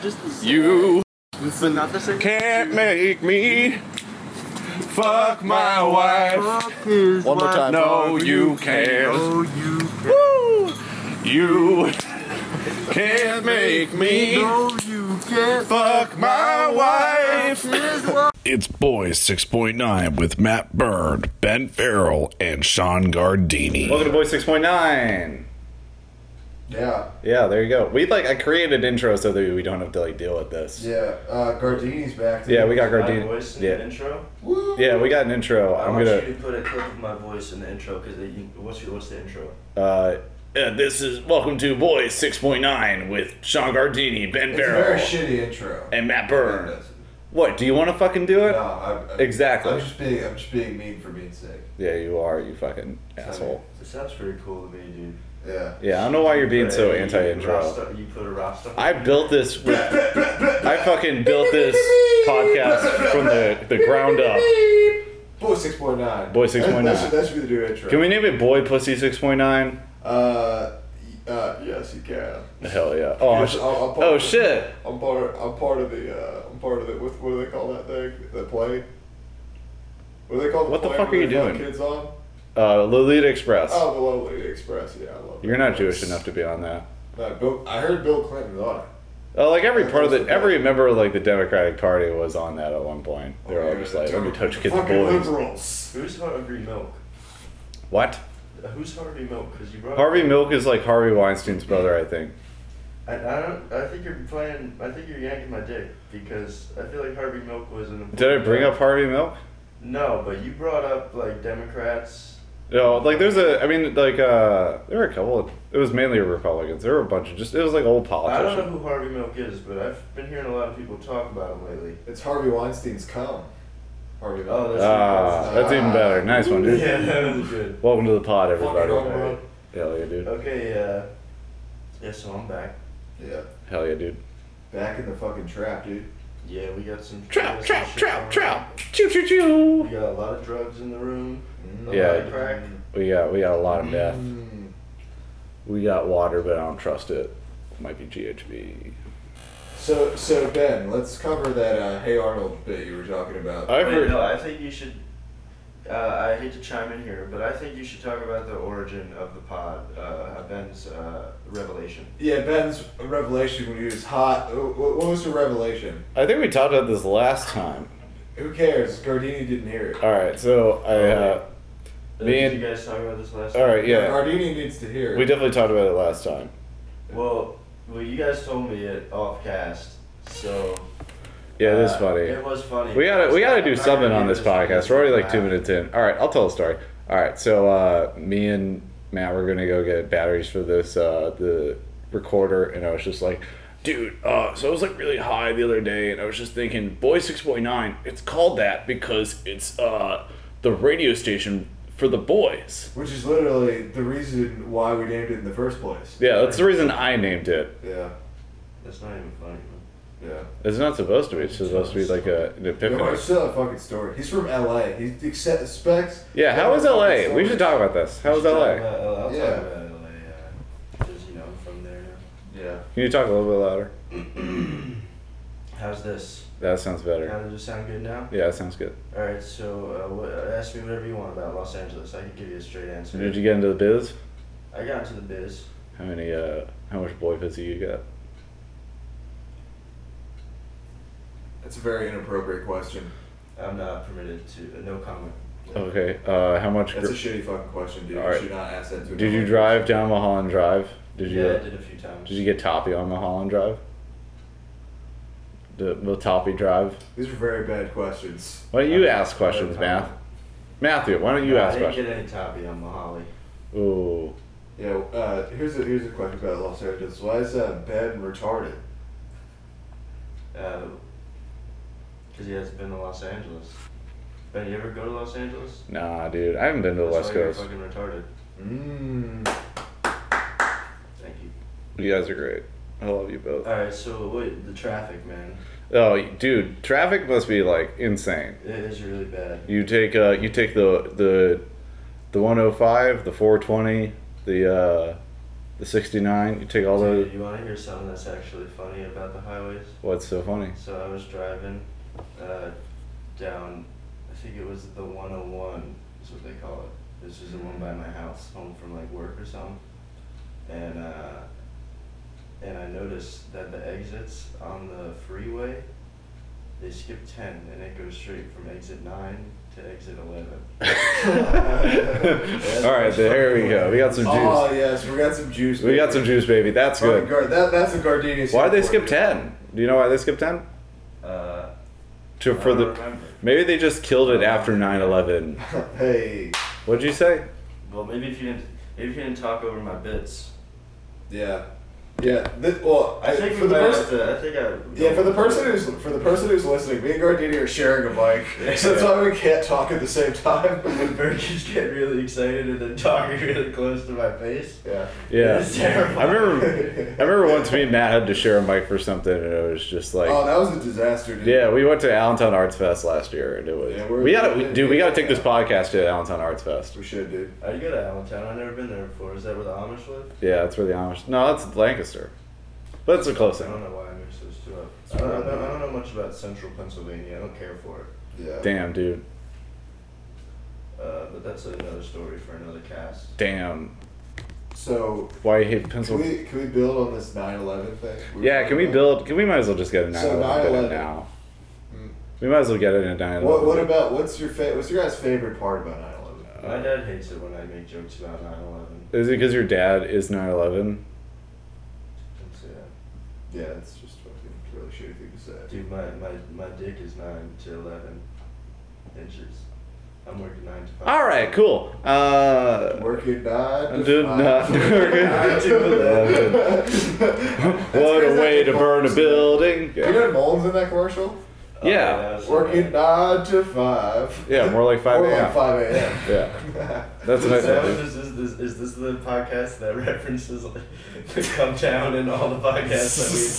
Just the same. You But not the same. can't make me fuck my wife. One more time. No, you can't. Oh, you can't. Woo! You can't make me No, you can't. fuck my wife. Here's why. It's Boys 6.9 with Matt Bird, Ben Farrell, and Sean Gardini. Welcome to Boy 6.9. Yeah, Yeah, there you go. We like I created intros so that we don't have to like deal with this. yeah. Uh, Gardini's back. Yeah, we got my Gardini. voice in the Yeah, intro. yeah, we got an intro. I I'm want gonna. you to put a clip of my voice in the intro because what's your, what's the intro? Uh, yeah, this is Welcome to Boys 6.9 with Sean Gardini, Ben It's a very Barrow, shitty intro. and Matt Byrne. What, do you want to fucking do it? No, I'm, I'm, Exactly. I'm just being. I'm just being mean for being sick. Yeah, you are, you fucking asshole. It sounds pretty cool to me, dude. Yeah. Yeah, I don't know why you're being so But you anti intro. Rasta- You put a Rasta. I built this with. I fucking built this podcast from the, the ground up. Boy six point nine. Boy 6.9. That, should- that should be the new intro. Can we name it Boy Pussy 6.9? Uh, y- uh, yes, you can. Hell yeah. Oh, I'm sh- oh shit. I'm part. I'm part of the. Uh, I'm part of the. What, what do they call that thing? The play. What do they call the What the play fuck where are you they put doing? Kids on. Uh, Lolita Express. Oh, the Little Lady Express. Yeah, I love. You're that. not Jewish enough to be on that. No, Bill, I heard Bill Clinton was on it. Uh, like every part of the every member of like the Democratic Party was on that at one point. They were all just like, "Let me touch kids' Fucking boys." liberals. Who's Harvey Milk? What? Who's Harvey Milk? Because you brought Harvey Milk is like Harvey Weinstein's brother, I think. I, I don't. I think you're playing. I think you're yanking my dick because I feel like Harvey Milk was an. Important Did I bring up Harvey Milk? No, but you brought up like Democrats. No, like there's a. I mean, like uh, there were a couple. Of, it was mainly Republicans. There were a bunch of just. It was like old I don't know politicians. who Harvey Milk is, but I've been hearing a lot of people talk about him lately. It's Harvey Weinstein's cum. Harvey. Oh, that's Ah, that's even better. Nice one, dude. Yeah, that was good. Welcome to the pod, Fucking everybody. home run. Hell yeah, dude. Okay, uh, yeah, so I'm back. Yeah. Hell yeah, dude. Back in the fucking trap, dude. Yeah, we got some Trout, we got trout, some shit trout, going trout. on. Choo, choo, choo. We got a lot of drugs in the room. Mm-hmm. A Yeah. lot of crack. We got we got a lot of death. Mm. We got water, but I don't trust it. Might be GHB. So, so Ben, let's cover that uh, Hey Arnold bit you were talking about. I've Wait, heard. no, I think you should. Uh, I hate to chime in here, but I think you should talk about the origin of the pod, uh, Ben's uh, revelation. yeah, Ben's revelation when he was hot. wh- wh- What was the revelation? I think we talked about this last time. Who cares? Gardini didn't hear it. All right, so I. Uh, Me Did and- you guys talk about this last? Uh, all right, yeah, Gardini needs to hear it. uh, we definitely talked about it last time. time? Well, well, you guys told me it off cast, so. Yeah, it is uh, funny. It was funny. We gotta we gotta do something on this podcast. We're already like two minutes. minutes in. All right, I'll tell a story. All right, so uh, me and Matt were gonna go get batteries for this uh, the recorder, and I was just like, dude. Uh, so I was like really high the other day, and I was just thinking, boy, six point nine. It's called that because it's uh, the radio station for the boys. Which is literally the reason why we named it in the first place. Yeah, that's the reason I named it. Yeah. That's not even funny. Man. Yeah. It's not supposed to be. It's supposed to be like a, an epiphany. No, it's still a fucking story. He's from LA. He accepts specs. Yeah, how is LA? We should talk about this. How is LA? I'll Yeah. talk about LA. uh, 'cause, you know, I'm from there now. Yeah. Can you talk a little bit louder? How's this? That sounds better. How does it sound good now? Yeah, that sounds good. All right, so uh, what, ask me whatever you want about Los Angeles. I can give you a straight So answer. did you get into the biz? I got into the biz. How many? uh How much boy pussy you got? That's a very inappropriate question. I'm not permitted to. Uh, no comment. Okay. uh How much? That's a Gr- shitty fucking question, dude. Alright. You should not ask that to a did you college. drive down Mulholland Drive? Did you? yeah, I did a few times. Did you get toppy on Mulholland Drive? The, the toppy drive. These are very bad questions. Why don't you ask questions, Uh, Math? Matthew, why don't you No, ask I didn't questions? get any toppy on Mahali. Ooh, Yeah, uh, here's a here's a question about Los Angeles. Why is uh, Ben retarded? Because Uh, he hasn't been to Los Angeles. Ben, you ever go to Los Angeles? nah, dude. I haven't been to the That's West why you're Coast. fucking retarded. Mmm. Thank you. You guys are great. I love you both. All right, so wait, the traffic, man, Oh, dude, traffic must be like insane. it is really bad. You take uh, you oh take the the the 105, the 420, the uh, The 69, you take all Dude, the. you want to hear something that's actually funny about the highways? What's so funny? So I was driving uh, down, I think it was the 101, is what they call it. This was the one by my house, home from like work or something. And uh, and I noticed that the exits on the freeway, they skip 10 and it goes straight from exit 9 to exit 11. all right, there we go. We got some juice. Oh yes, we got some juice. we got some juice, baby. That's Fucking good. Gar- that, that's a gardenia. Why did they skip skateboard. 10? Do you know why they skipped 10? Uh, To, I for don't the, remember. maybe they just killed it after 9 11. Hey, What'd you say? Well, maybe if you didn't, maybe if you didn't talk over my bits. yeah, yeah. This, well, I, I think for the might most. have to, I think I. Yeah, for the person who's for the person who's listening, me and Gardini are sharing a mic, so that's why we can't talk at the same time. when Berkey's get really excited and then talking really close to my face. yeah, Yeah. It's terrible. I remember I remember once me and Matt had to share a mic for something, and it was just like. oh, that was a disaster. Dude. Yeah, we went to Allentown Arts Fest last year, and it was Yeah, we're- we gotta we, dude. We gotta take this podcast to Allentown Arts Fest. we should, dude. I go to Allentown. I've never been there before. Is that where the Amish live? Yeah, that's where the Amish. No, that's Lancaster, but it's a close I don't thing. know why I mixed those two up. Uh, I don't, I, don't, I don't know much about central Pennsylvania. I don't care for it. Yeah, Damn, dude. Uh, but that's another story for another cast. Damn. So Why you hate can Pennsylvania? we can we build on this 9/11 thing? were Yeah, can we talking build? Can we might as well just get a nine So eleven bit 9/11. in now? Mm. We might as well get it in a nine about? What, eleven. what about what's your fa- what's your guys' favorite part about 9/11? My dad hates it when I make jokes about 9 11. Is it because your dad is nine eleven? Yeah. Yeah, it's just fucking really shitty thing to say. Dude, my, my, my dick is 9 to 11 inches. I'm working 9 to 5. All right, cool. Uh, Working nine. to I'm doing five. not Nine to eleven. what a way to burn a building. You know Yeah, Mullins in that commercial? Oh, Yeah. that was- Working nine to five. Yeah, more like five Or a.m. like five a.m. Yeah, that's Is, what I that said. what dude. this, is, this, is this the podcast that references like, the Come Town and all the podcasts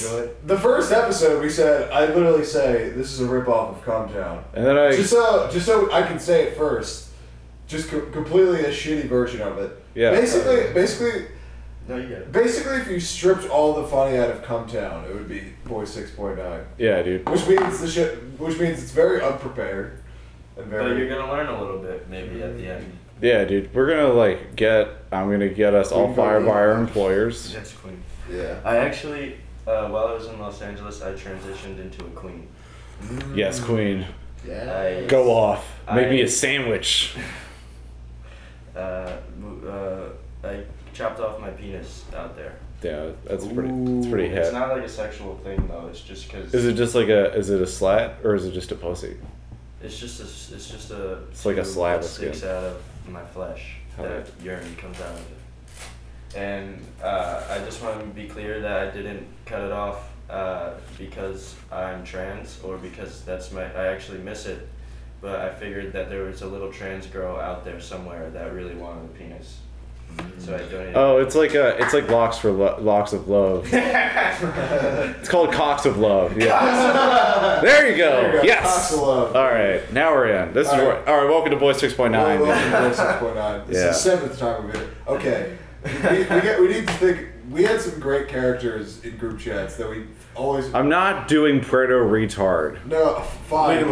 that we enjoy? The first episode, we said, I literally say, this is a ripoff of Calm Down. And then I Just so, just so I can say it first, just com- completely a shitty version of it. Yeah. Basically, basically, No, you got it. basically, if you stripped all the funny out of Come Town, it would be Boy Six Point Nine, yeah, dude. which means the shit, which means it's very unprepared and But you're very. gonna learn a little bit maybe at the end. Yeah, dude. We're gonna like get. I'm gonna get us all fired by our employers. Yes, queen. Yeah. I actually, uh, while I was in Los Angeles, I transitioned into a queen. Yes, Queen. Mm, Yeah. I Go off. Make me I- a sandwich. Uh, mo- uh, I chopped off my penis out there. Yeah, that's pretty. That's pretty It's hit. not like a sexual thing though. It's just because Is it just like a? Is it a slat or is it just a pussy? it's just a, s- it's just a. It's like a tube slab that of skin. sticks out of my flesh that Alright. urine comes out of it. And uh, I just want to be clear that I didn't cut it off uh, because I'm trans or because that's my. I actually miss it, but I figured that there was a little trans girl out there somewhere that really wanted a penis, so I donated. Oh, it's like a. It's like locks for lo- locks of love. it's called cocks of love. Yeah. there you go. There you go. Yes. Cocks of love. All right. Now we're in. This All is right. where. All right. Welcome to Boy Six Point Well, Nine. welcome to Boy Six Point Nine. This Yeah. is the seventh time we've been. Okay. We, we, get, we need to think. We had some great characters in group chats that we always. I'm not doing Puerto retard. no, fine. Wait,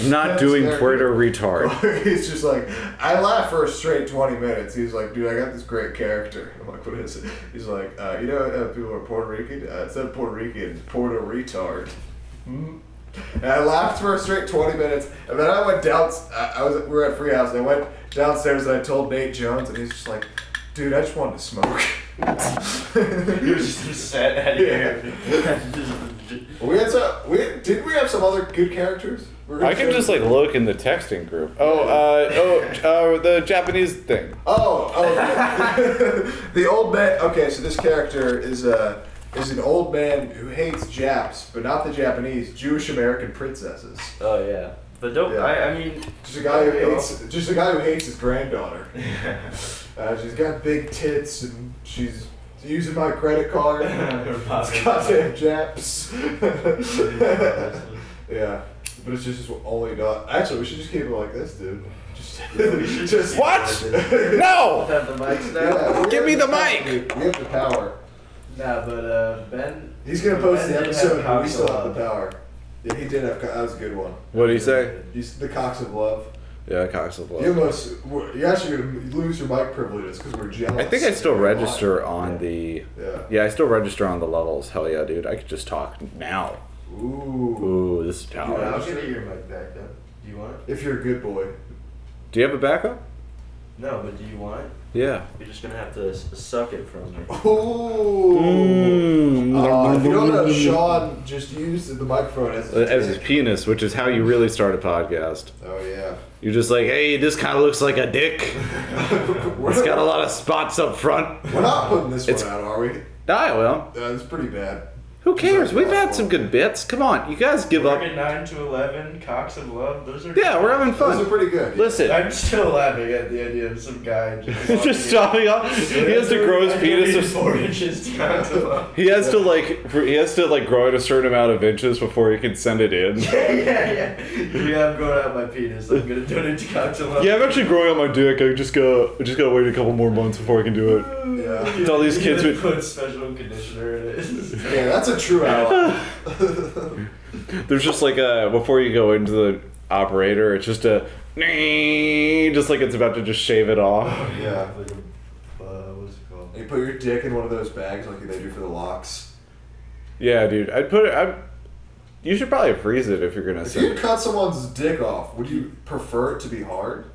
I'm not doing Puerto retard. He's just like, I laughed for a straight 20 minutes. He's like, dude, I got this great character. I'm like, what is it? He's like, uh, you know, uh, people are Puerto Rican? Uh, it's not Puerto Rican, it's Puerto Retard. Hmm? And I laughed for a straight 20 minutes. And then I went down, uh, I I was, we were at Free House, and I went downstairs and I told Nate Jones, and he's just like, dude, I just wanted to smoke. You're just upset at you. we had some, we, did we have some other good characters? We were gonna I can show- just like look in the texting group. Oh, uh, oh, uh, the Japanese thing. Oh, oh, the old man. Okay, so this character is a is an old man who hates Japs, but not the Japanese Jewish American princesses. oh yeah, but don't. Yeah. I, I mean, Just a guy who Yeah. hates just a guy who hates his granddaughter. Uh, she's got big tits and she's using my credit card. it's goddamn Japs. yeah, But it's just his only dog. Actually, we should just keep it like this, dude. Just, we should just What? No! Have the mics now? Yeah, we Give have me the power, mic! dude. We have the power. Nah, but uh, Ben. He's gonna post the Ben did have episode, but we Cox still have Love. the power. Yeah, he did have. co- That was a good one. What do you say? He's the cocks of love. Yeah, Cox of You Love. almost. we're- You're actually gonna lose your mic privileges because we're jealous. I think I still register on the. Yeah. Yeah, I still register on the levels. Hell yeah, dude. I could just talk now. Ooh. Ooh, this is Dude, power. I'll get your mic back up. Do you want it? If you're a good boy. Do you have a backup? No, but do you want it? Yeah. You're just gonna have to s- suck it from me. Ooh. Mm-hmm. Uh, if you don't know, Sean just used the microphone as. his Uh, As his dick. penis, which is how you really start a podcast. Oh yeah. You're just like, hey, this kind of looks like a dick. we're, It's got a lot of spots up front. we're not putting this It's- one out, are we? Ah, well, Uh, it's pretty bad. who cares? We've had some good bits. Come on, you guys give up. Look at 9 to 11, Cox of Love, those are. Yeah, we're having Those are fun. pretty good. Listen, I'm still laughing at the idea of some guy just. just stopping up. He has to grow his penis. a- four inches to Cox of Love. He has to like, he has to like grow it a certain amount of inches before he can send it in. yeah, yeah. Yeah, I'm going out my penis. I'm gonna donate to Cox of Love. Yeah, I'm actually growing out my dick. I just gotta, I just gotta wait a couple more months before I can do it. Yeah. It's all these You kids gotta with- put special conditioner in it. Yeah, that's a true ally. There's just like a before you go into the operator, it's just a just like it's about to just shave it off. yeah. Like a- uh, what's it called? You put your dick in one of those bags like they do for the locks. Yeah, dude. I'd put it. I. You should probably freeze it if you're gonna If send you it. cut someone's dick off, would you prefer it to be hard?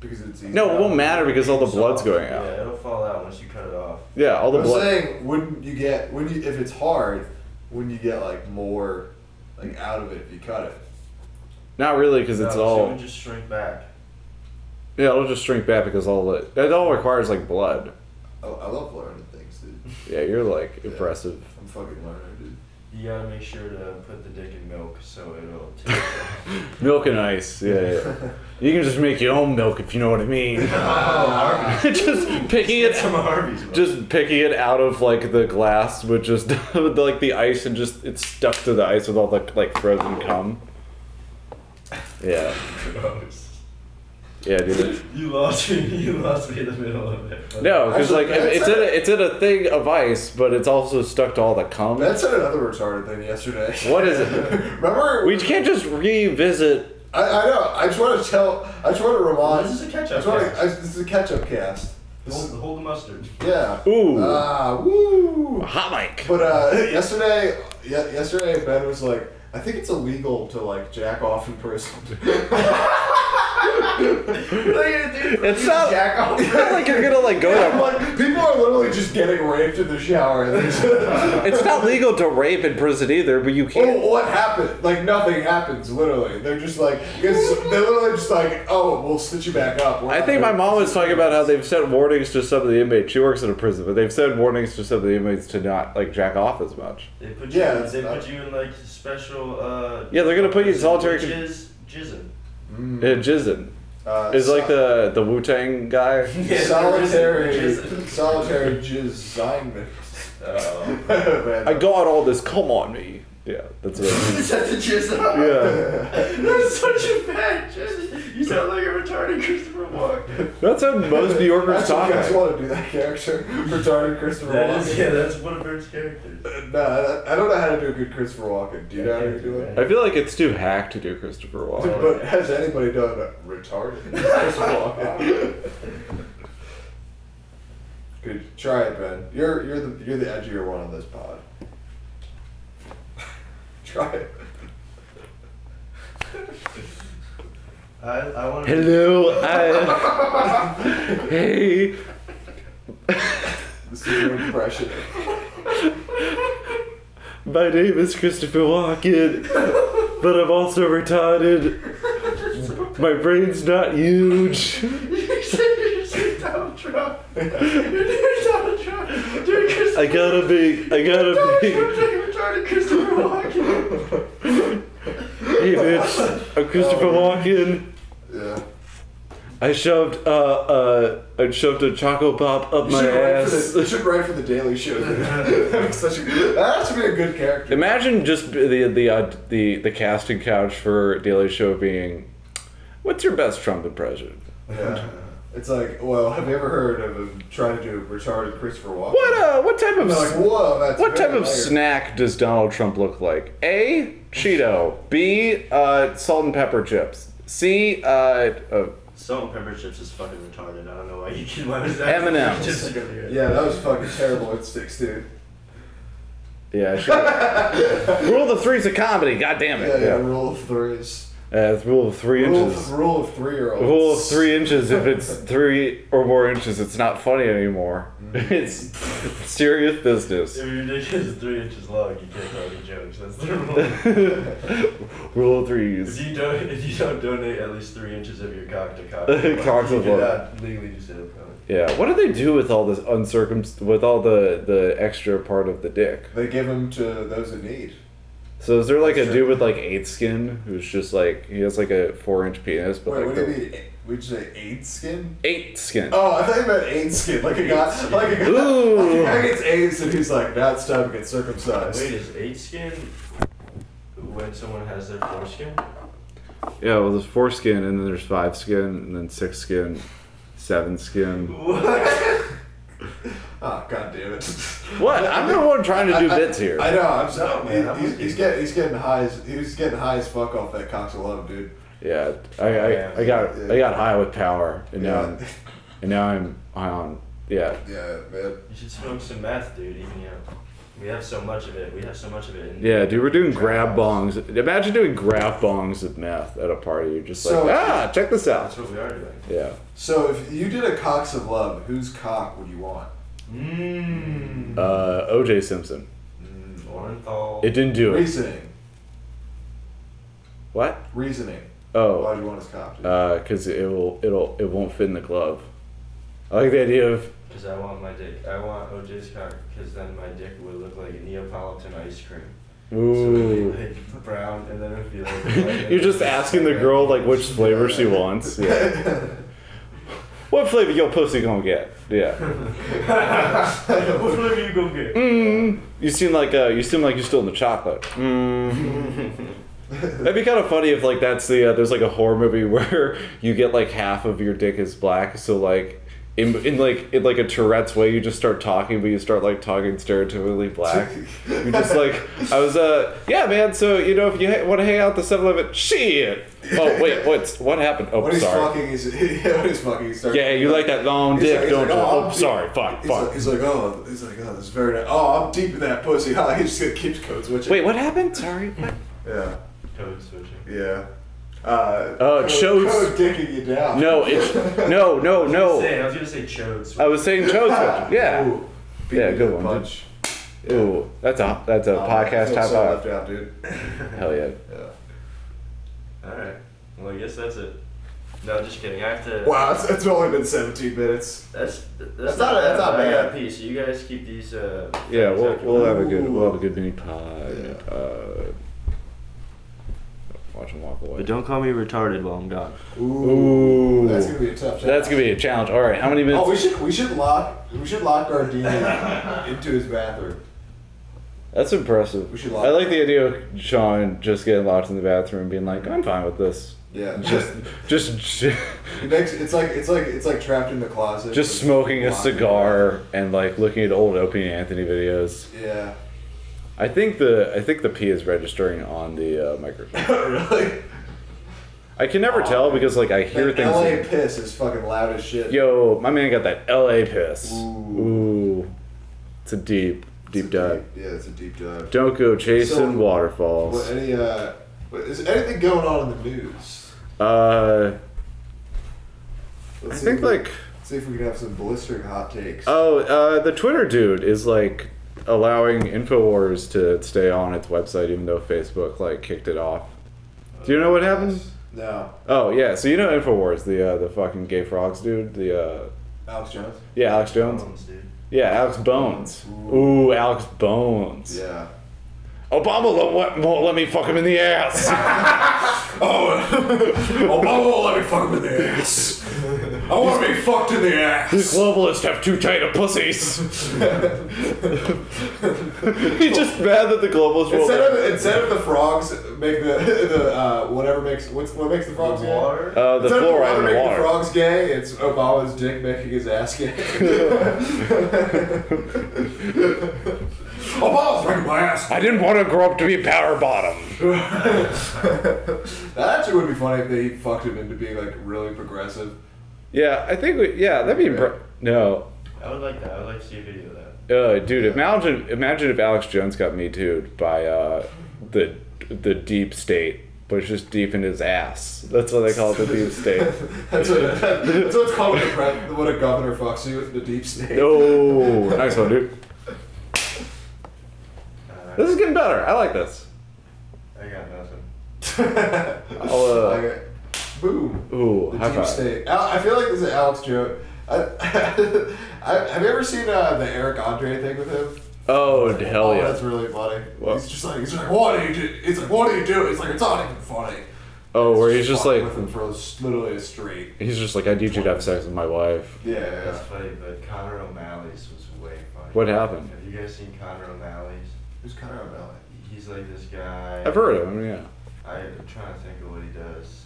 Because it's easy. No, it won't matter because all the blood's Soft. going out. Yeah, it'll fall out once you cut it off. Yeah, all the I'm blood. saying, wouldn't you get when you if it's hard, wouldn't you get like more like out of it if you cut it? Not really, because No, it's so it all. would just shrink back. Yeah, it'll just shrink back because all the. It all requires like blood. I, Oh, I love learning things, dude. Yeah, you're like impressive. I'm fucking learning, dude. You gotta make sure to put the dick in milk so it'll. T- Milk and ice. Yeah, yeah. You can just make your own milk if you know what I mean. Oh, just picking it. Get some Harvey's. bro. just picking it out of like the glass with just with, like the ice and just it's stuck to the ice with all the like frozen cum. Yeah, Gross. yeah, dude. You lost me. You lost me in the middle of it. No, because Actually, like it- it's that's in a, it's in a thing of ice, but it's also stuck to all the cum. That said another retarded thing yesterday. What is it? Remember? We can't just revisit. I, I know. I just want to tell. I just want to remind. This is a I catch-up just wanna, cast. I, this is a catch-up cast. This Hold, is, hold the mustard. yeah. Ooh. Ah, woo. Hot mic. But uh, yesterday, ye- yesterday Ben was like, I think it's illegal to like jack off in prison. It's not. It's not like you're gonna like go I'm to. like, people are literally just getting raped in the shower. And they're just- It's not legal to rape in prison either, but you Oh, can't. what happened? Like nothing happens. Literally, they're just like, it's, they're literally just like, oh, we'll stitch you back up. We're I not think my gonna- mom was talking about how they've sent warnings to some of the inmates. She works in a prison, but they've sent warnings to some of the inmates to not like jack off as much. They put you. Yeah, they it's- put you in like special. Uh, Yeah, they're gonna put you in solitary con- Jizz, jizzing. Yeah, Jizzin Uh, is like so- the the Wu Tang guy. Yeah, solitary, there is a jizzing. solitary jizziment. Oh. Man, I got all this cum on me. Yeah, that's it. Is that the jizz? Yeah, That's such a bad jizz. You sound like a retarded Christopher Walken. that's how most New Yorkers That's what talk. you guys want to do that character, retarded Christopher That Walken. is, yeah, that's one of Bert's characters. Uh, No, I- I don't know how to do a good Christopher Walken. Do you know how to do it? I feel like it's too hack to do Christopher Walken. But has anybody done a retarded Christopher Walken? Good, try it, Ben. You're you're the you're the edgier one on this pod. try it. I, I want to. Hello, I, hey, This is your impression. my name is Christopher Walken, but I'm also retarded. My brain's not huge. You said you said Donald Trump. You're Donald Trump. Dude, Christopher. I gotta be, I gotta be. retarded Christopher Walken. Oh. Hey, bitch, I'm Christopher Walken. Yeah. I shoved uh uh I shoved a choco pop up You my should, write for ass. the, you should write for the Daily Show. dude. That'd be such a that should be a good character. Imagine just the the uh, the the casting couch for Daily Show being, what's your best Trump impression? Yeah. It's like, well, have you ever heard of him trying to do a retarded Christopher Walken? What uh what type of They're like, whoa, that's what very type of layered. snack does Donald Trump look like? A Cheeto, B uh salt and pepper chips, C uh, uh Salt and pepper chips is fucking retarded. I don't know why you kid why was that. M&Ms. Just gonna be- Yeah, that was fucking terrible instincts, dude. yeah sure. rule of the three's a comedy. God damn it! Yeah, yeah, Yeah, rule of threes. Uh, it's rule of three Rule inches. of, rule of three year olds. Rule of three inches. If it's three or more inches, it's not funny anymore. Mm-hmm. It's serious business. If your dick is three inches long, you can't tell any jokes. That's the rule. Rule of threes. if you don't, if you don't donate at least three inches of your cock to Cock cock, to you cock. cannot legally just hit a cock. Yeah. What do they do with all this uncircum with all the the extra part of the dick? They give them to those in need. So is there like a Sure. dude with like eight skin who's just like he has like a four inch penis, but Wait, like what do the- you mean? Would you say aid skin? eight skin? Oh, I thought you meant aid skin. Like a guy, like a guy, Ooh. like a guy gets AIDS and he's like, now it's time to get circumcised. Wait, is eight skin when someone has their foreskin? Yeah. Well, there's four skin, and then there's five skin, and then six skin, seven skin. What? Oh, god damn it. What? I'm the one trying to do bits here. I know. I'm so, No, man, I'm he, he's, with he's you. getting he's getting high as he's getting high as fuck off that Cox of Love, dude. Yeah, I, I, I got I got high with power, and now I'm, and now I'm high on yeah. Yeah, man. You should smoke some meth, dude. Even you know, we have so much of it. We have so much of it. In Yeah, dude, we're doing grab bongs. Imagine doing grab bongs of meth at a party. You're just like, So- ah, check this That's out. what we are doing. Yeah. So if you did a Cox of Love, whose cock would you want? Mmm. Uh, O.J. Simpson. Mm, Orenthal. It didn't do it. Reasoning. What? Reasoning. Why Oh, do you want his cock? Dude? because it will it'll it won't fit in the glove. I like the idea of Because I want my dick. I want OJ's cock. Because then my dick would look like a Neapolitan ice cream. So ooh. it would be like brown, and then it would be like. white, You're just asking the girl like which flavor she wants. Yeah. What flavor your pussy gonna get? Yeah. what flavor you gonna get? Mm. You seem like uh, you seem like you're still in the chocolate. Mm. That'd be kind of funny if like that's the uh, there's like a horror movie where you get like half of your dick is black, so like in, in like in like a Tourette's way, you just start talking, but you start like talking stereotypically black. You're just like I was uh yeah man. So you know if you ha- want to hang out at the 7-Eleven, shit. Oh wait, what's what happened? Oh When he's sorry. fucking, he's yeah, when he's fucking, he starts. Yeah, you like that long He's dick, like- he's don't like, you? "Oh, Oh, I'm sorry, deep." fuck, He's fuck. like, he's like, oh, he's like, oh, that's very nice. Oh, I'm deep in that pussy. Ha, he just gonna keep code switching. wait, what happened? Sorry. What? Yeah, Code switching. yeah. Uh, Uh, chose- code dicking you down. No, it's no, no, no. Say, I was gonna say chode. switch. I was saying Joe's Fudge. Yeah. Ooh, beat Yeah, me good to the one, punch. Ooh. that's a that's a Oh, I podcast feel top so five. left out, dude. Hell yeah. Yeah. All right. Well, I guess that's it. No, just kidding. I have to. Wow, it's, it's only been 17 minutes. That's that's, not- that's not I got bad. a piece. You guys keep these. Uh, Yeah, things we'll after- we'll have a good Ooh. we'll have a good mini pod. Uh, watch him walk away. But don't call me retarded while I'm gone. Ooh, That's gonna be a tough. that's gonna be a challenge. All right, how many minutes? Oh, we should we should lock we should lock Gardini into his bathroom. that's impressive. We should lock I like the idea of Sean just getting locked in the bathroom and being like, "I'm fine with this." Yeah. Just just It makes- it's like it's like it's like trapped in the closet. just smoking a Locked in the cigar and like looking at old Opie and Anthony videos. bathroom. Yeah. I think the I think the P is registering on the uh, microphone. really? I can never tell because like I hear That LA things. piss is fucking loud as shit. Yo, my man got that LA piss. Ooh, Ooh. it's a deep, deep dive. Yeah, it's a deep dive. Don't go chasing So- waterfalls. What any uh what, is anything going on in the news? uh, I Let's see think if we- like see if we can have some blistering hot takes. oh, uh, the Twitter dude is like allowing Infowars to stay on its website even though Facebook like kicked it off. Do you know what happened? no. Oh yeah, so you know Infowars, the uh, the fucking gay frogs dude, the uh, Alex Jones? yeah Alex Jones, Bones, dude. yeah Alex Bones. Ooh, Alex Bones. Yeah. Obama lo- what- won't let me fuck him in the ass. Oh, oh, let me fuck him in the ass. I want to be fucked in the ass. globalists have too tight of pussies. He's just mad that the globalists Instead will. of instead of the frogs make the the uh, whatever makes what's what makes the frogs gay? Water? Uh, the Instead of fluoride in making the the water. frogs gay, it's Obama's dick making his ass gay. Obama's making my ass. I didn't want to grow up to be power bottom. that actually would be funny if they fucked him into being like really progressive. Yeah, I think we. Yeah, that'd be. Impre- no, I would like that. I would like to see a video of that. uh, dude. Imagine, imagine if Alex Jones got me too by uh, the the deep state, but it's just deep in his ass. That's what they call it, the deep state. That's what, that's what it's called when a, pre- when a governor fucks you in the deep state. Oh, nice one, dude. Uh, This is getting better. I like this. I got nothing. uh, Okay. Boom. Ooh, The high deep five. state. Al- I feel like this is Alex joke. I, I, have you ever seen uh, the Eric Andre thing with him? Oh, hell oh, yeah. that's really funny. What? He's just like, he's like, what do you do? He's like, what do you do? He's like, it's not even funny. Oh, where he's just like, with him for s- literally a street. he's just like, I need you to have sex with my wife. Yeah, That's yeah. funny, but Connor O'Malley's was way funny. What happened? Have you guys seen Connor O'Malley's? He's kind of a belly. He's like this guy. I've heard of him, yeah. I'm trying to think of what he does.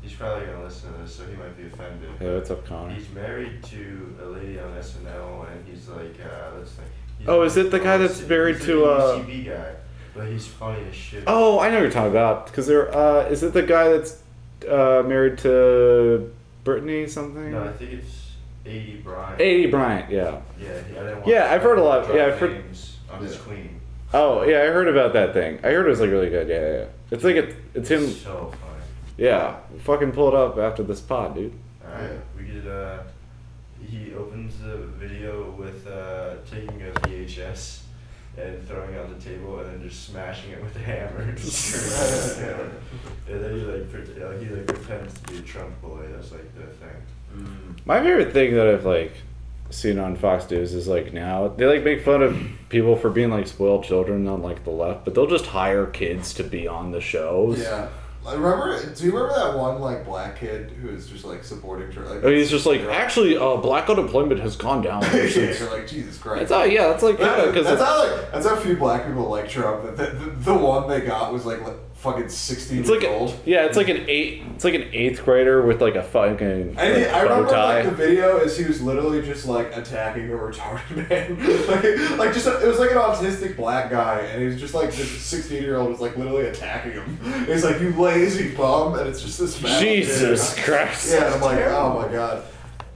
He's probably gonna listen to this, so he might be offended. Hey, what's up, Connor? He's married to a lady on SNL, and he's like, uh, let's think. He's Oh, is it the guy that's he's married an to, uh, UCB guy, but he's funny as shit. Oh, I know what you're talking about. Because there, uh, is it the guy that's uh, married to Brittany something? No, I think it's 80 Bryant. 80 Bryant, yeah. Yeah, he- I didn't watch Yeah, I've heard a lot of- drop yeah, I've heard- names on his Yeah. queen. Oh, yeah, I heard about that thing. I heard it was like really good. Yeah, yeah. yeah. It's like it, it's him. So funny. Yeah, fucking pull it up after this pod, dude. All right, we did. Uh, he opens the video with uh, taking a VHS and throwing it on the table, and then just smashing it with a hammer. Just throwing it on the hammer. and then he like, pret- uh, he like pretends to be a Trump boy. That's like the thing. My favorite thing that I've like seen on Fox News is like now they like make fun of people for being like spoiled children on like the left, but they'll just hire kids to be on the shows. Yeah. I remember, do you remember that one, like, black kid who was just, like, supporting, Dra- like, And Oh, he's just like, actually, uh, black unemployment has gone down. yeah, that's you're like, Jesus Christ. how, uh, yeah, that's like, yeah, because that's it's, how like that's how few black people like Trump. That the, the, the one they got was like, like fucking sixteen it's years like, a, old. yeah, it's like an eight, it's like an eighth grader with like a fucking And he, like, I bow remember tie. like the video is he was literally just like attacking a retarded man, like, like just a, it was like an autistic black guy, and he was just like this sixteen year old was like literally attacking him. And he's like, "You lazy bum," and it's just this man. Jesus Christ. Yeah, and I'm like, oh my god.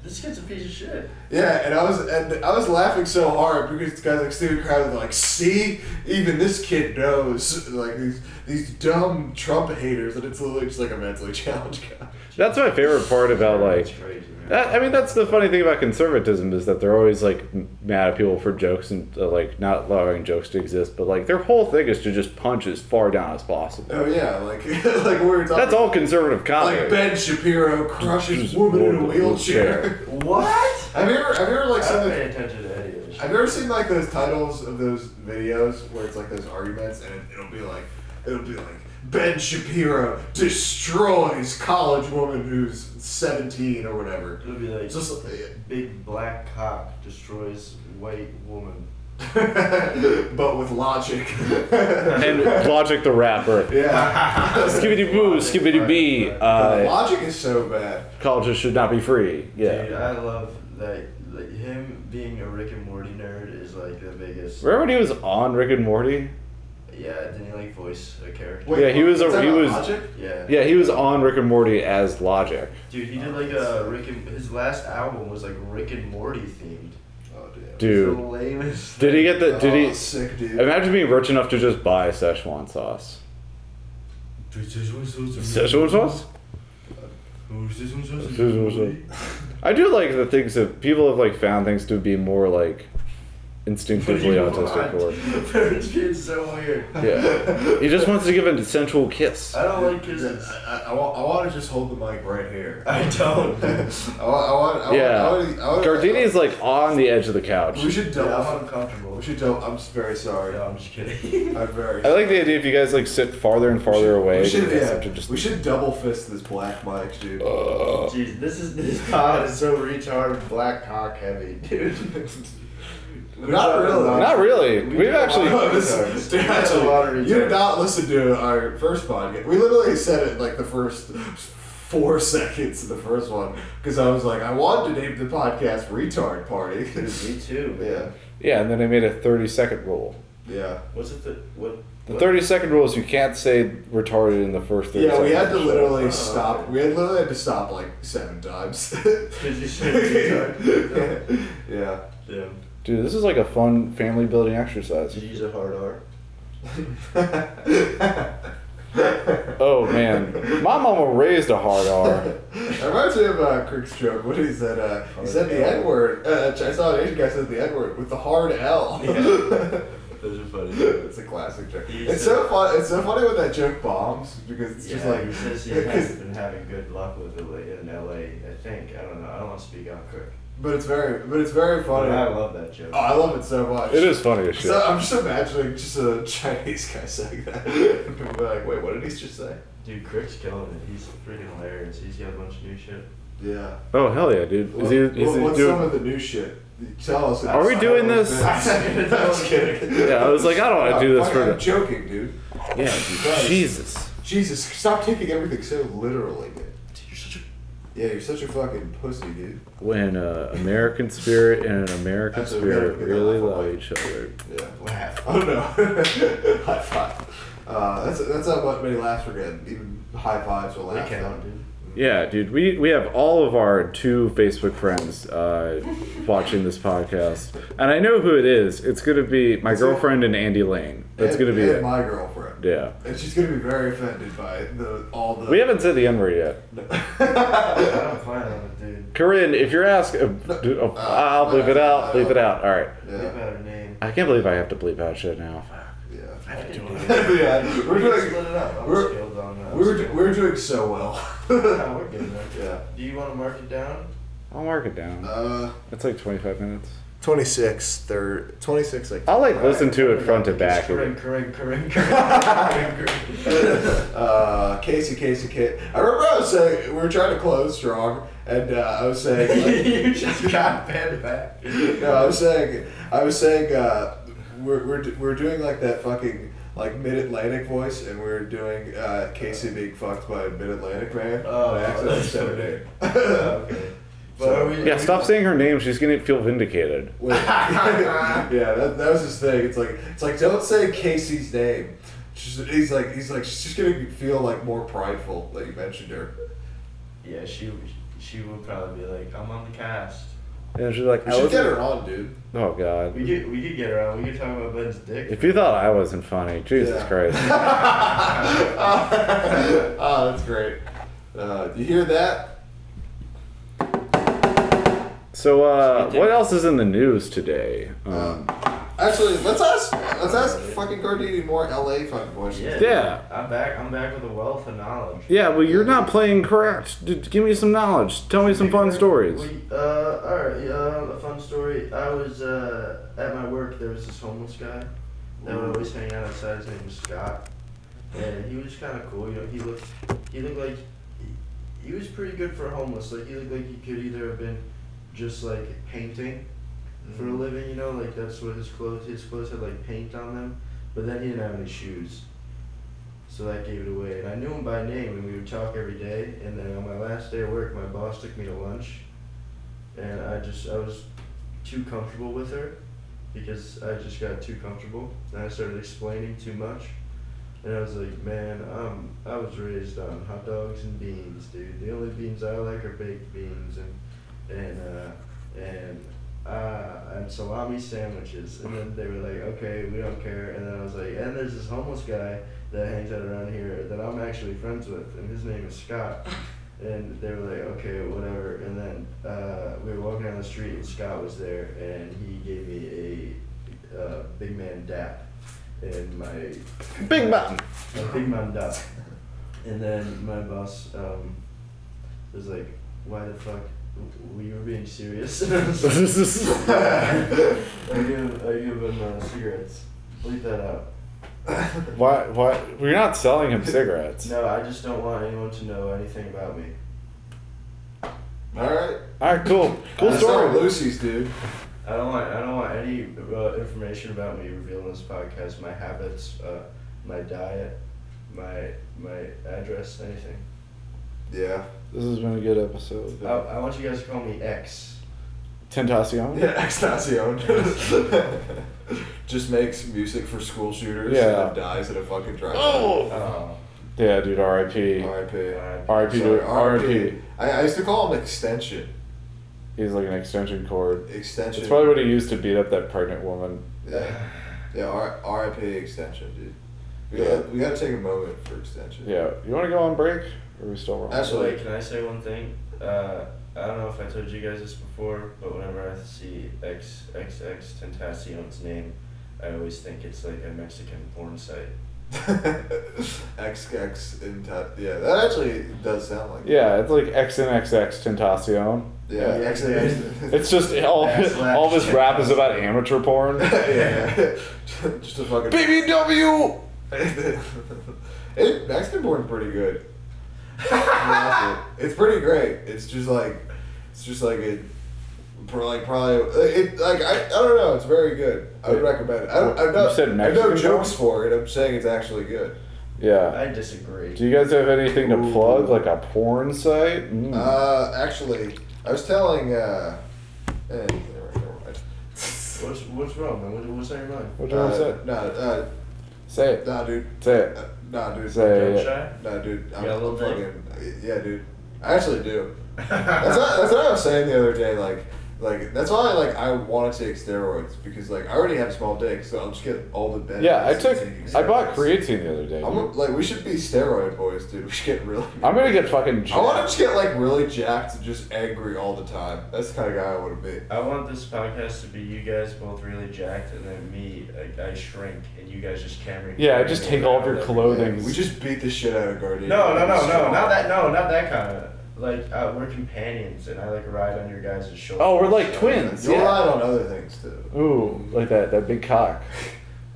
This kid's a piece of shit. Yeah, and I was and I was laughing so hard because these guys like Steven Crowder like, see, even this kid knows like these these dumb Trump haters, and it's literally just like a mentally challenged guy. That's my favorite part about That's like crazy, man. That, I mean, that's the funny thing about conservatism is that they're always like m- mad at people for jokes and uh, like not allowing jokes to exist. But like their whole thing is to just punch as far down as possible. Oh yeah, like like we were talking. That's all conservative comedy. Like Ben Shapiro crushes woman in a wheelchair. what? have you ever have you ever like I don't seen pay the, attention to any of this. have you ever seen like those titles of those videos where it's like those arguments and it, it'll be like it'll be like Ben Shapiro destroys college woman who's seventeen or whatever. It'll be like It's just big black cock destroys white woman. but with logic. and Logic the rapper. yeah. Skibbity boo, skibbity bee. Uh, logic is so bad. colleges should not be free. Dude, Yeah. I love like, like him being a Rick and Morty nerd is like the biggest. Remember when he was on Rick and Morty? Yeah, didn't he like voice a character? Yeah, he was a- is that he not was- Logic? Yeah. Yeah, he was on Rick and Morty as Logic. Dude, he did like a Rick and his last album was like Rick and Morty themed. Oh, damn. The Dude, lamest. did he get the? Did Oh, he? sick, dude. Imagine being rich enough to just buy Szechuan sauce. Szechuan sauce? I do like the things that people have like found things to be more like instinctively autistic or Parents being so weird. yeah. He just wants to give a sensual kiss. I don't like kisses. I, I, wa- I want to just hold the mic right here. I I don't. want. I want. I Yeah, Want, I want, Gardini is like on the edge of the couch. We should double. Yeah, I'm uncomfortable. we should double. I'm s- very sorry. No, I'm just kidding. I'm very. I like the idea if you guys like sit farther and farther away. We should, you guys yeah, have to just- Uh, we should double fist this black mic, dude. Jeez, this is this pod is so retard black cock heavy, dude. Not really. Not really. We We've did a actually- lot No, of this retards. dude, We did a actually, lot of you did retards. not listen to our first podcast. We literally said it like the first four seconds of the first one because I was like, I wanted to name the podcast "Retard Party." Me too. man. yeah, yeah, and then I made a thirty second rule. yeah, What's it? The what? The what- thirty second rule is you can't say retarded in the first thirty. yeah. We had to seconds. literally Oh, stop. okay. We had literally had to stop like seven times. you said retard. yeah. Damn. Dude, this is like a fun family building exercise. Did you use a hard R? Oh man, my mama raised a hard R. That reminds me of uh, Crick's joke. What he said, uh, he said the N word. Uh, I saw an Asian guy said the N word with the hard L. Yeah. Those are funny. it's a classic joke. He it's said- so fun. It's so funny when that joke bombs because it's yeah, just like he says he has been having good luck with it like, in LA. I think I don't know. I don't want to speak out quick. but it's very, but it's very But funny. I love that joke. Oh, I love it so much. It is funny as shit. So I'm just imagining just a Chinese guy saying that. People be like, wait, what did he just say? Dude, Crick's killing it. He's freaking hilarious. He's got a bunch of new shit. Yeah. Oh hell yeah, dude! Is he, is What- he what's some doing? of the new shit? Tell us. Are we doing this? I was kidding. Yeah, I was like, I don't want to do this fuck, for I'm the. joking, dude. Yeah, dude, Jesus. Jesus, stop taking everything so literally, dude. Dude, you're such a Yeah, you're such a fucking pussy, dude. When uh, American spirit and an American That's spirit American. really love each other. Yeah. laugh. Oh no. high five. Uh, that's that's not what many laughs we're getting. Even high fives or They laughs. count, dude. Yeah, dude, we, we have all of our two Facebook friends uh, watching this podcast, and I know who it is. It's gonna be my it. girlfriend and Andy Lane. That's And- gonna be and it. my girlfriend. Yeah, And she's gonna be very offended by the all the. we haven't said the N word yet. I don't plan on it, dude. Corinne, if you're asking, I'll Uh, bleep it out. Bleep it out. All right. Think Yeah. about her name. I can't believe I have to bleep out shit now. Yeah. I didn't do it. yeah. We're We just split doing. it up. I was we're- killed on that. We were, we were doing so well. Nah, we're good, man. yeah. Do you want to mark it down? I'll mark it down. Uh, It's like 25 minutes. 26, third, 26, like. I'll like listen to it front to back. Corinne, Corinne, Corinne, Corinne, Corinne. uh, Casey, Casey, Casey. I remember I was saying, we were trying to close strong, and uh, I was saying, like, you just got bent back. no, I was saying, I was saying, uh, we're, we're, d- we're doing like that fucking, like, mid Atlantic voice, and we are doing uh, Casey being fucked by a mid Atlantic man. Oh, By accident, that's so funny. dead. Okay. But are we, Yeah, stop saying her name. She's gonna feel vindicated. Wait. yeah, that, that was his thing. It's like it's like don't say Casey's name. She's, he's like he's like she's just gonna feel like more prideful that you mentioned her. Yeah, she she would probably be like, I'm on the cast. And she's like, We I should get wasn't. her on, dude. Oh We god. could we could get around. We could talk about Ben's dick. If you thought I wasn't funny, Jesus Yeah. Christ. oh, that's great. Uh, do you hear that? So, uh, what else is in the news today? Um, Actually, let's ask let's ask fucking Gardini more LA fucking questions. yeah, Yeah. I'm back. I'm back with a wealth of knowledge. yeah, well, you're not playing correct. D- give me some knowledge. Tell me some fun stories. We, uh, all right. Um, a fun story. I was uh, at my work. There was this homeless guy that would always hang out outside. His name was Scott, and he was kind of cool. You know, he looked he looked like he, he was pretty good for a homeless. Like he looked like he could either have been just like painting for a living. You know, like that's what his clothes his clothes had like paint on them, but then he didn't have any shoes. So that gave it away. And I knew him by name, and we would talk every day. And then on my last day of work, my boss took me to lunch, and I just I was too comfortable with her because I just got too comfortable and I started explaining too much. And I was like, man, um, I was raised on hot dogs and beans, dude. The only beans I like are baked beans and and uh, and uh, and salami sandwiches. And then they were like, okay, we don't care. And then I was like, and there's this homeless guy that hangs out around here that I'm actually friends with, and his name is Scott. And they were like, okay, whatever. And then uh, we were walking down the street, and Scott was there, and he gave me uh, Big Man Dap and my Big Mom. a big man dad. And then my boss um, was like, why the fuck? We were being serious. And I was like, I give, I give him uh, cigarettes. Leave that out. Why? Why? We're not selling him cigarettes. No, I just don't want anyone to know anything about me. All right. All right, cool. Cool That's not story. Lucy's, dude. I don't want, I don't want any uh, information about me revealed on this podcast. My habits, uh, my diet, my my address, anything. Yeah. This has been a good episode. I, Oh, I want you guys to call me X. Tentacion. Yeah, Extacion. Just makes music for school shooters Yeah. and then dies at a fucking drive. Oh, Yeah, dude. R.I.P. Uh, R.I.P. R.I.P. Sorry, to R.I.P. I, I used to call him extension. He's like an extension cord. Extension. That's probably what he used to beat up that pregnant woman. Yeah. Yeah. R- R.I.P. Extension, dude. We Yeah. gotta, we gotta take a moment for extension. Yeah. You want to go on break? Or are we still rolling? That's- Actually, wait, can I say one thing? Uh, I don't know if I told you guys this before, but whenever I see X X X Tentacion's name, I always think it's like a Mexican porn site. X X in ta- yeah. That actually does sound like Yeah, it's like XNXX Tentacion. yeah. Yeah. X and X. It's just all Backslash. all this rap is about amateur porn. yeah. Just a fucking BBW. it, Mexican born's pretty good. it's pretty great. It's just like, it's just like it, pro- like probably uh, it like I, I don't know. It's very good. I would recommend it. I, don't- I know, You said I know Mexican jokes for it. I'm saying it's actually good. Yeah. I disagree. Do you guys have anything to Ooh. plug, like a porn site? Mm. Uh, actually, I was telling. Uh, eh, never mind. What's what's wrong? man? What, what's on your mind? what do you want Uh, to say? nah, uh, Say it. nah, dude. Say it. Uh, Nah, dude. Say Don't it. shy. Nah, dude. I'm got a little fucking. Yeah, dude. I actually do. That's not, that's what I was saying the other day. Like, like that's why like I want to take steroids because like I already have a small dick, so I'll just get all the benefits. Yeah, I of took. taking I bought steroids. creatine the other day. I'm dude. like we should be steroid boys, dude. We should get really. I'm gonna get fucking. I want to jacked. just get like really jacked and just angry all the time. That's the kind of guy I want to be. I want this podcast to be you guys both really jacked, and then me, I, I shrink, and you guys just camera. Yeah, I just take all of your clothing. We just beat the shit out of Guardian. No, no, no, no, not that. No, not that kind of. Like uh, we're companions, and I like ride on your guys' shoulders. Oh, we're like twins. You'll Yeah. ride on other things too. Ooh, like that that big cock.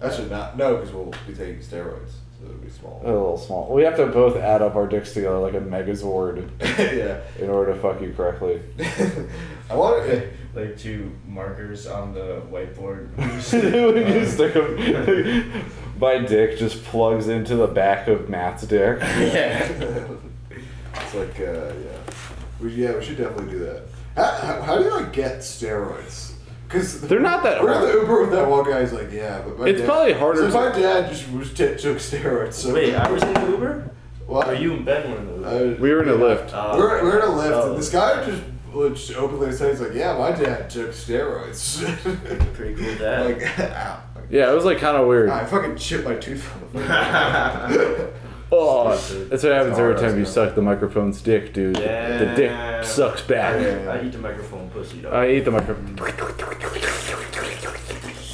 Actually, not no, because we'll be taking steroids, so it'll be small. A little small. We have to both add up our dicks together like a Megazord yeah. in order to fuck you correctly. I want to. like two markers on the whiteboard. Um, when you stick 'em- my dick just plugs into the back of Matt's dick. yeah. it's like, uh, yeah. We, yeah, we should definitely do that. How, how, how do you, like, get steroids? Because They're not that We're in hard. the Uber with that one guy who's like, yeah, but my It's dad- probably harder So my to- dad just was t- took steroids. So Wait, I was in the Uber. Well, Or you and Ben were in the Uber. I- We were in a lift. Uh, we're, we're in a lift, oh. and this guy just, would just openly says, like, yeah, my dad took steroids. Pretty cool dad. Like, ow. Like, Yeah, it was like kind of weird. I fucking chipped my tooth on the phone. Oh, that's what happens every hard, time you isn't suck the microphone's dick, dude. Yeah. The dick sucks back. I, I eat the microphone pussy dog. I eat the microphone.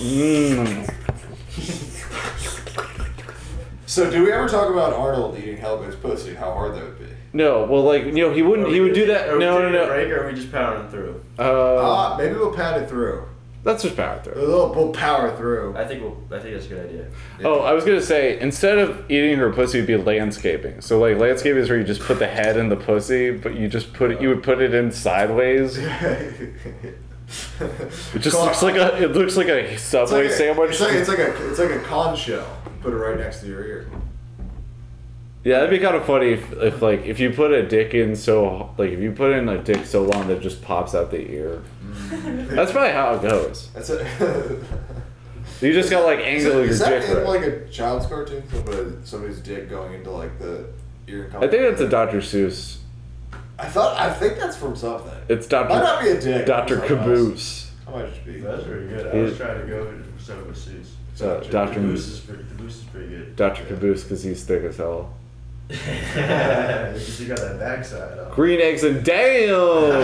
Mmm. so, do we ever talk about Arnold eating Helga's pussy? How hard that would be? No, well, like you know, he wouldn't. He would do that. Are we No, no, taking a no. Break or are we just powering through? Uh, Ah, maybe we'll pat it through. that's just power through. We'll, we'll power through. I think we'll, I think that's a good idea. Oh, I was gonna say instead of eating her pussy, it'd be landscaping. So like landscaping is where you just put the head in the pussy, but you just put it. You would put it in sideways. It it just looks like a. It looks like a subway sandwich. It's like, it's like a it's like a con shell. Put it right next to your ear. yeah, that'd be kind of funny if, if like if you put a dick in so like if you put in a dick so long that it just pops out the ear. Mm. That's probably how it goes. That's it. You just got like Is, angle that- your is that dick. in right. like a child's cartoon? Somebody, somebody's dick going into like the ear. And I think that's a Dr. Seuss. I thought I think that's from something. It's might not Dr. be a dick. Dr. It's something else. Caboose. I might just be. That's pretty good. I Yeah. was trying to go with- so with Seuss. Uh, The Dr. boost Moose. is pretty, the boost is pretty good. Dr. Caboose because he's thick as hell. Because you got that backside on. Green eggs and damn.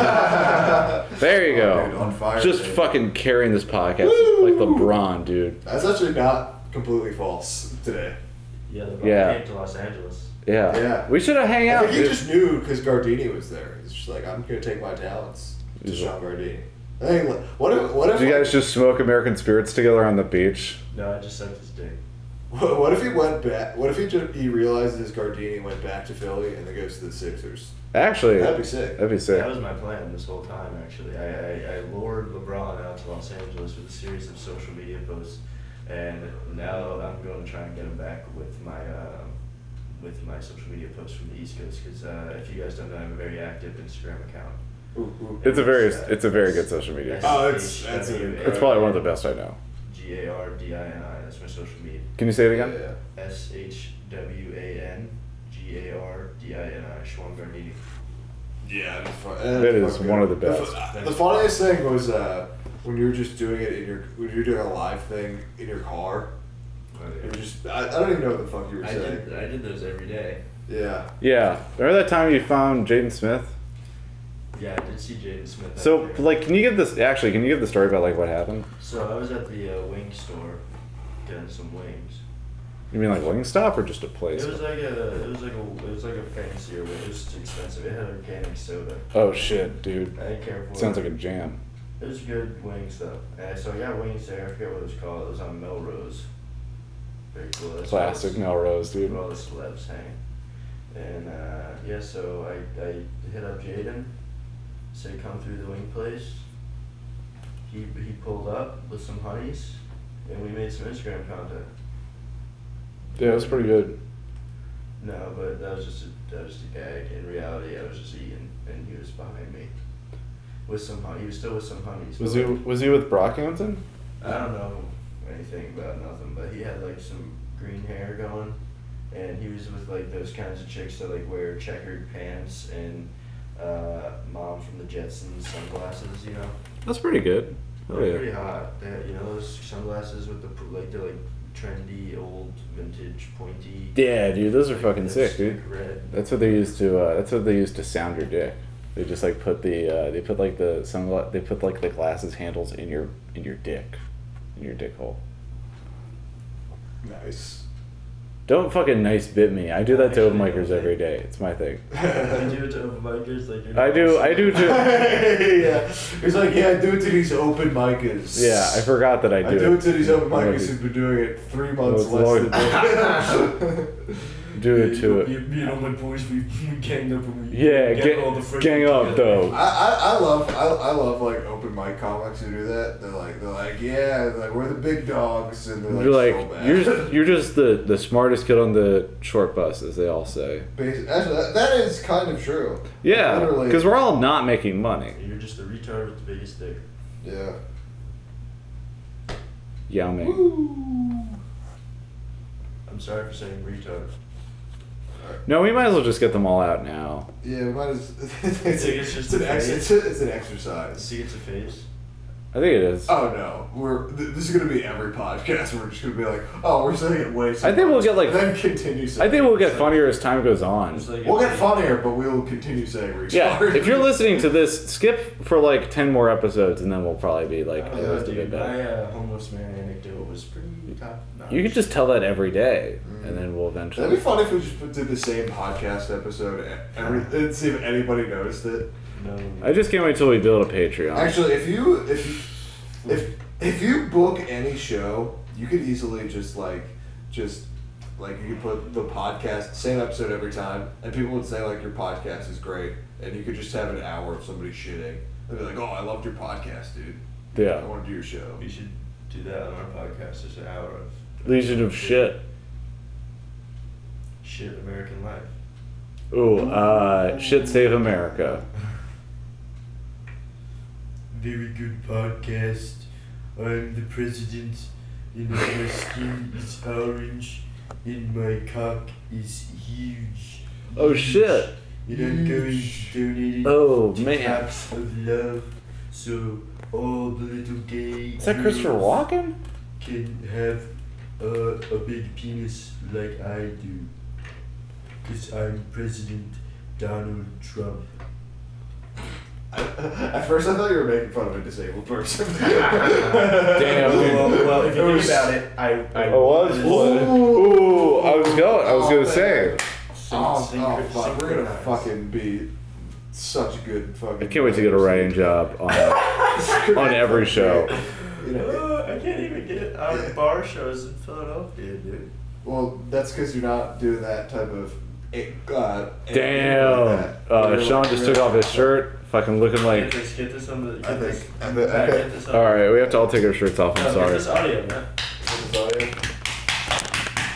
There you Oh, go. dude, on fire, Just dude. fucking carrying this podcast like LeBron, dude. That's actually not completely false today. Yeah, the Yeah. came to Los Angeles. Yeah. Yeah. We should have hang I out, think he dude. just knew because Gardini was there. He's just like, I'm gonna take my talents to He's Sean Gardini. I think. What if? What if? Did you guys just smoke American spirits together on the beach? No, I just sucked his dick. What what if he went back? What if he just he realizes Gardini went back to Philly and then goes to the Sixers? Actually, That'd be sick. that'd be sick. That was my plan this whole time, actually. I, I, I lured LeBron out to Los Angeles with a series of social media posts, and now I'm going to try and get him back with my uh, with my social media posts from the East Coast. Because uh, if you guys don't know, I have a very active Instagram account. Ooh, ooh. It's a very- uh, it's a very good social media. Oh, it's- that's a- SHWA. it's probably one of the best I know. G A R D I N I. That's my social media. Can you say it again? Yeah. S H W A N G A R D I N I. Schwan Gardini. Yeah, that's fu- That that's is fucking one good. of the best. The, fu- the funniest thing was uh, when you were just doing it in your when you were doing a live thing in your car. It was just I, I don't even know what the fuck you were I saying. did, I did those every day. Yeah. Yeah. Remember that time you found Jaden Smith? Yeah, I did see Jaden Smith. out So, there. like, can you give this? Actually, can you give the story about like what happened? So I was at the uh, wing store getting some wings. You mean like Wingstop or just a It place? was like a, it was like a, it was like a fancier wing. It was too expensive. It had organic soda. oh shit, dude! I didn't care for Sounds it. like a jam. It was good wings though. And so I got wings there. I forget what it was called. It was on Melrose. Very cool. That's where it's- Classic Melrose, where dude. all the celebs hang. And uh, yeah, so I, I hit up Jaden, said come through the wing place. He, he pulled up with some honeys, and we made some Instagram content. Yeah, it was pretty good. No, but that was just a, that was just a gag. In reality, I was just eating, and he was behind me with some honey. He was still with some honeys. Was but he was he with Brockhampton? I don't know anything about nothing, but he had like some green hair going, and he was with like those kinds of chicks that like wear checkered pants and uh, mom from the Jetsons sunglasses, you know. That's pretty good. Oh They're yeah. pretty hot. They had, you know those sunglasses with the pr- like they're like trendy old vintage pointy. Yeah, dude, those are like, fucking sick, lipstick dude. Red. That's what they used to. Uh, that's what they used to sound your dick. They just like put the uh, they put like the sungla- they put like the glasses handles in your in your dick, in your dick hole. Nice. Don't fucking nice bit me. I do that to open Actually, I micers don't every think- day. It's my thing. I do it to open micers like you're I not do. I listening. do too. yeah. He's like, yeah, I do it to these open micers. Yeah, I forgot that I do. I do it to these open I'm gonna micers do- who've been doing it three months it's less long. than me. Do it to it. You, you know, my boys, we, we ganged up and we Yeah, gang- gang up, I, though. I, I love I, I love like open mic comics who do that. They're like they're like yeah they're like we're the big dogs and they're like, You're so like bad. you're just, you're just the the smartest kid on the short bus, as they all say. Basi- actually that, that is kind of true. Yeah, Literally. because we're all not making money. You're just the retard with the biggest dick. Yeah. Yao Ming. I'm sorry for saying retard. No, we might as well just get them all out now. Yeah, we might as. it's, think it's just an a ex- phase? it's, a- it's an exercise. See, it's a face. I think it is. Oh no, we're th- this is gonna be every podcast. We're just gonna be like, oh, we're saying it way. too I think we'll much, get, like- and then continue. I Saying think we'll get funnier as time goes on. It's like We'll a- get funnier, but we'll continue saying retard. Yeah, if you're listening to this, skip for like ten more episodes, and then we'll probably be like, I oh, don't know, that's a bit dude, better. My uh, homeless man anecdote was pretty top notch. You could just tell that every day, and then we'll That'd be eventually. fun if we just put- did the same podcast episode e- every, and see if anybody noticed it. No. I just can't wait till we build a Patreon. Actually, if you if if if you book any show, you could easily just like just like you could put the podcast same episode every time, and people would say like your podcast is great, and you could just have an hour of somebody shitting. They'd be like, "Oh, I loved your podcast, dude. I yeah, want to do your show." we should do that on our podcast. Just an hour of Legion of Shit. shit American life. Ooh, uh, Shit Save America. Very good podcast. I'm the president, and my skin is orange, and my cock is huge. Oh shit! And I'm going to donate it Oh to man, Taps of Love, so all the little gay is that Christopher girls Walken? can have uh, a big penis like I do. because I'm President Donald Trump. At first, I thought you were making fun of a disabled person. Damn, dude. Well, well, if you It think was- about it, I, I, I was. Oh, Ooh, I was going. I was gonna say. Oh, Syn- oh, synchro- fuck. We're gonna synchronized. fucking be such a good fucking. I can't wait to get a writing job on on every show. You know, Uh, I can't even get out of bar shows in Philadelphia, dude. well, that's because you're not doing that type of. eh, Uh, eh, Damn. like that. Uh, You're- Sean just you're- took off his shirt. Fucking looking Get like. this, get this on the. Get I this, think. I think. uh, Okay. get this on. All right, we have to all take our shirts off. No, I'm Get sorry. this audio, man.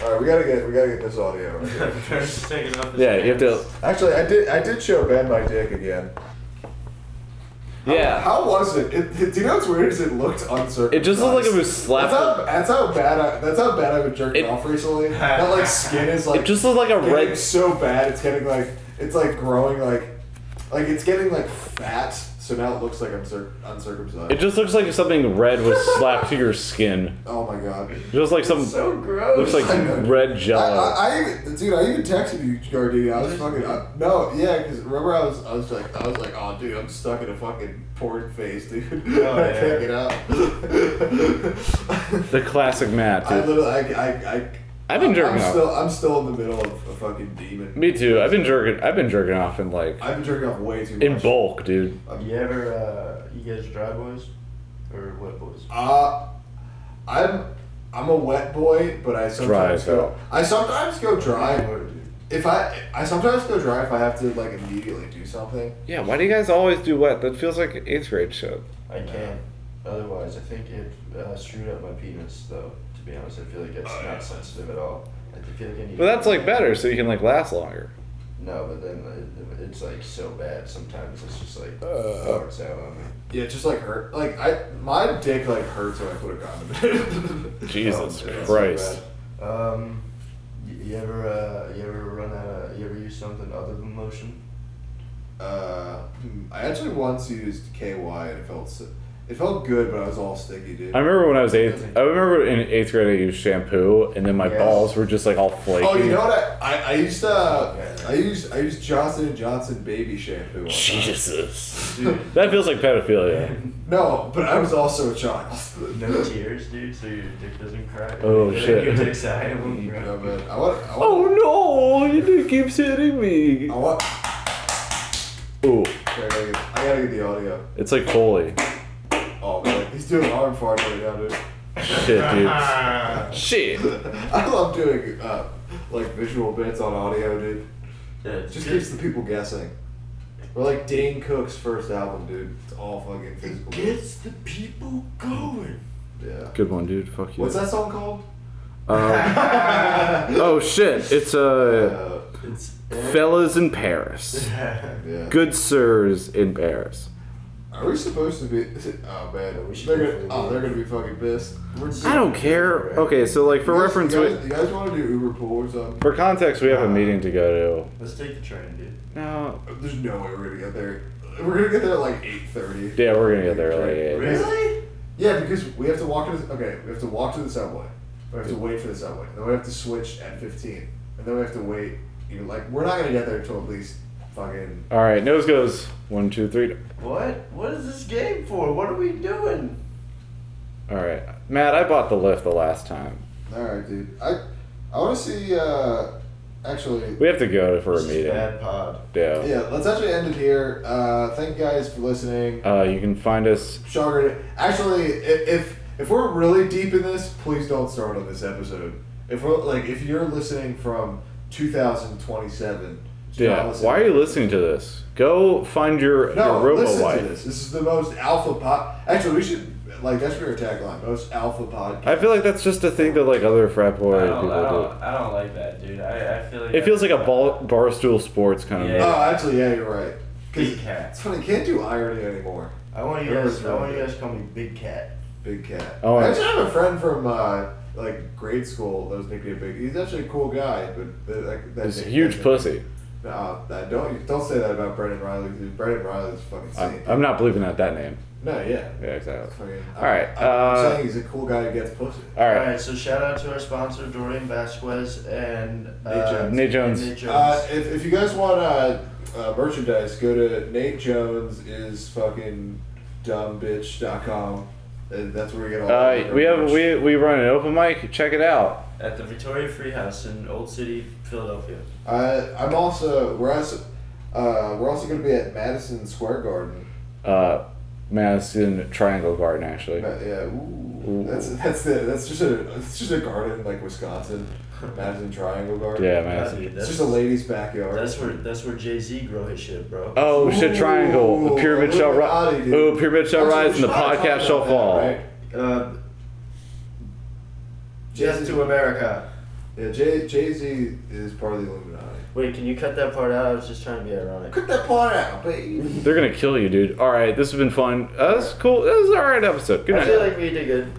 All right, we gotta get we gotta get this audio. Right here. Just taking off his Yeah, you have to. pants. Actually, I did I did show Ben my dick again. Yeah. How was it? it, it do you know what's weird? Is it looked uncircumcised. It just looked like it was slapped. That's how, that's how bad. I, that's how bad I've been jerking It- off recently. That like skin is like It just looked like a getting red. so bad. It's getting like it's like growing like like it's getting like fat. So now it looks like I'm cir- uncircumcised. It just looks like something red was slapped to your skin. oh my god. Just like some. So gross. Looks like I know. red I, jello. I, I even- dude, I even texted you, Gardini. I was fucking I, no, yeah, because remember I was, I was like, I was like, oh, dude, I'm stuck in a fucking porn phase, dude. I yeah. can't get out. the classic Matt. I Dude. literally, I, I, I I've been jerking I'm off. still, I'm still in the middle of a fucking demon. Me too. I've been jerking. I've been jerking off in like I've been jerking off way too much. in bulk, dude. You ever, uh, you guys dry boys? Or wet boys? Uh, I'm, I'm a wet boy, but I sometimes though. go. I sometimes go dry Or, dude. if I. I sometimes go dry if I have to like immediately do something. Yeah. Why do you guys always do wet? That feels like eighth grade shit. I can't. Otherwise, I think it uh, screwed up my penis, though. To be honest, I feel like it's not sensitive at all. I feel like I need. But that's like better, so you can like last longer. No, but then it, it's like so bad. Sometimes it's just like Uh. farts out on me. Yeah, it just like hurt. Like I, my dick like hurts when I put a condom in. Jesus Oh, it's so Christ. bad. Um, you, you ever uh, you ever run out of you ever use something other than lotion? uh, hmm, I actually once used KY and it felt, si- it felt good, but I was all sticky, dude. I remember when I was eighth. I remember in eighth grade I used shampoo, and then my Yes. balls were just like all flaky. Oh, you know what? I, I, I used uh, I used I used Johnson and Johnson baby shampoo. all the time. Jesus. Dude, That feels like pedophilia. No, but I was also a child. no tears, dude. So your dick doesn't cry. Oh, shit. Your dick's eye No, bro. but I want. I want, oh no! You dude keeps hitting me. I want. Ooh, Okay, I, gotta get, I gotta get the audio. it's like Foley. Oh man, he's doing arm fart right now, dude. Shit, dude. Shit. I love doing uh, like visual bits on audio, dude. Yeah, it's Just good. keeps the people guessing. We're like Dane Cook's first album, dude. It's all fucking physical. bits. gets the people going. Yeah. Good one, dude. Fuck you. Um, What's that song called? Oh shit! It's uh, Uh, It's fellas in Paris. yeah. Good sirs in Paris. Are we supposed to be? Oh man, we should they're definitely gonna, oh, be. they're gonna be fucking pissed. I don't care. Okay, so like for You guys- reference, you we, guys, you guys want to do Uber Um, pool or something? for context, we have a meeting to go Let's take the train, dude. to. No. There's no way we're gonna get there. We're gonna get there at like eight thirty. Yeah, we're gonna get there like. Really? Yeah, because we have to walk to the okay. We have to walk to the subway. We have to wait for the subway. Then we have to switch at fifteen, and then we have to wait. You know, like we're not gonna get there until at least fucking. All right, nose goes one, two, three. What? What is this game for? What are we doing? All right, Matt, I bought the lift the last time. All right, dude. I I want to see. uh Actually, We have to go for a This is meeting. Bad pod. Yeah. yeah. Let's actually end it here. Uh Thank you guys for listening. Uh, you can find us. Shocker. Actually, i- if if we're really deep in this, please don't start on this episode. If we're like, if you're listening from 2027, do not Yeah. listen Why to are you this. listening to this? Go find your No, your robo listen to wife. this. This is the most alpha pod. Actually, we should like that's your tagline. Most alpha podcast. I feel like that's just a thing that like other frat boy I people don't, I, do. don't, I don't like that, dude. I, I feel like It feels like a ball, barstool sports kind of. Yeah. Oh, actually, yeah, you're right. 'Cause Big cat. It's funny. You can't do irony anymore. I want you guys. I want you guys to call me Big Cat. Big cat. Oh, I I- actually have a friend from uh, like grade school that was nicknamed Big. He's actually a cool guy, but uh, like that It's a nick- huge that- Uh, pussy. Nah, nah, don't don't say that about Brendan Riley. Dude. Brendan Riley's fucking I, saint. I'm not believing that that name. No, yeah. Yeah, exactly. Fucking- All right, I'm, uh, I'm saying he's a cool guy who gets pussy. All All right. right, so shout out to our sponsor, Dorian Vasquez and uh, Jones. Nate Jones. and Nate Jones. Uh, if, if you guys want uh, uh, merchandise, go to Nate Jones is fucking dumbitch.com. And that's where we get all Uh, our we have merch. we, we run an open mic. Check it out. at the Victoria Free House in Old City, Philadelphia. I, I'm also we're also uh, we're also gonna be at Madison Square Garden. Uh, Madison Triangle Garden, actually. Ma- Uh, yeah, ooh, Ooh. that's that's the that's just a it's just a garden like Wisconsin, Madison Triangle Garden. Yeah, Uh, Madison. dude, it's that's, just a lady's backyard. that's where that's where Jay Z grow his shit, bro. Oh shit! Triangle. The Ooh, pyramid shall rise. Illuminati, dude. Ooh, pyramid shall That's what rise, and the we're trying to podcast talk shall about fall. that, right? Uh, Jay-Z. Death to America. Yeah, Jay Jay Z is part of the Illuminati. Wait, can you cut that part out? I was just trying to be ironic. Cut that part out, baby. They're gonna kill you, dude. All right, this has been fun. Uh, that's cool. This is an all right episode. Good I night. feel like we did good.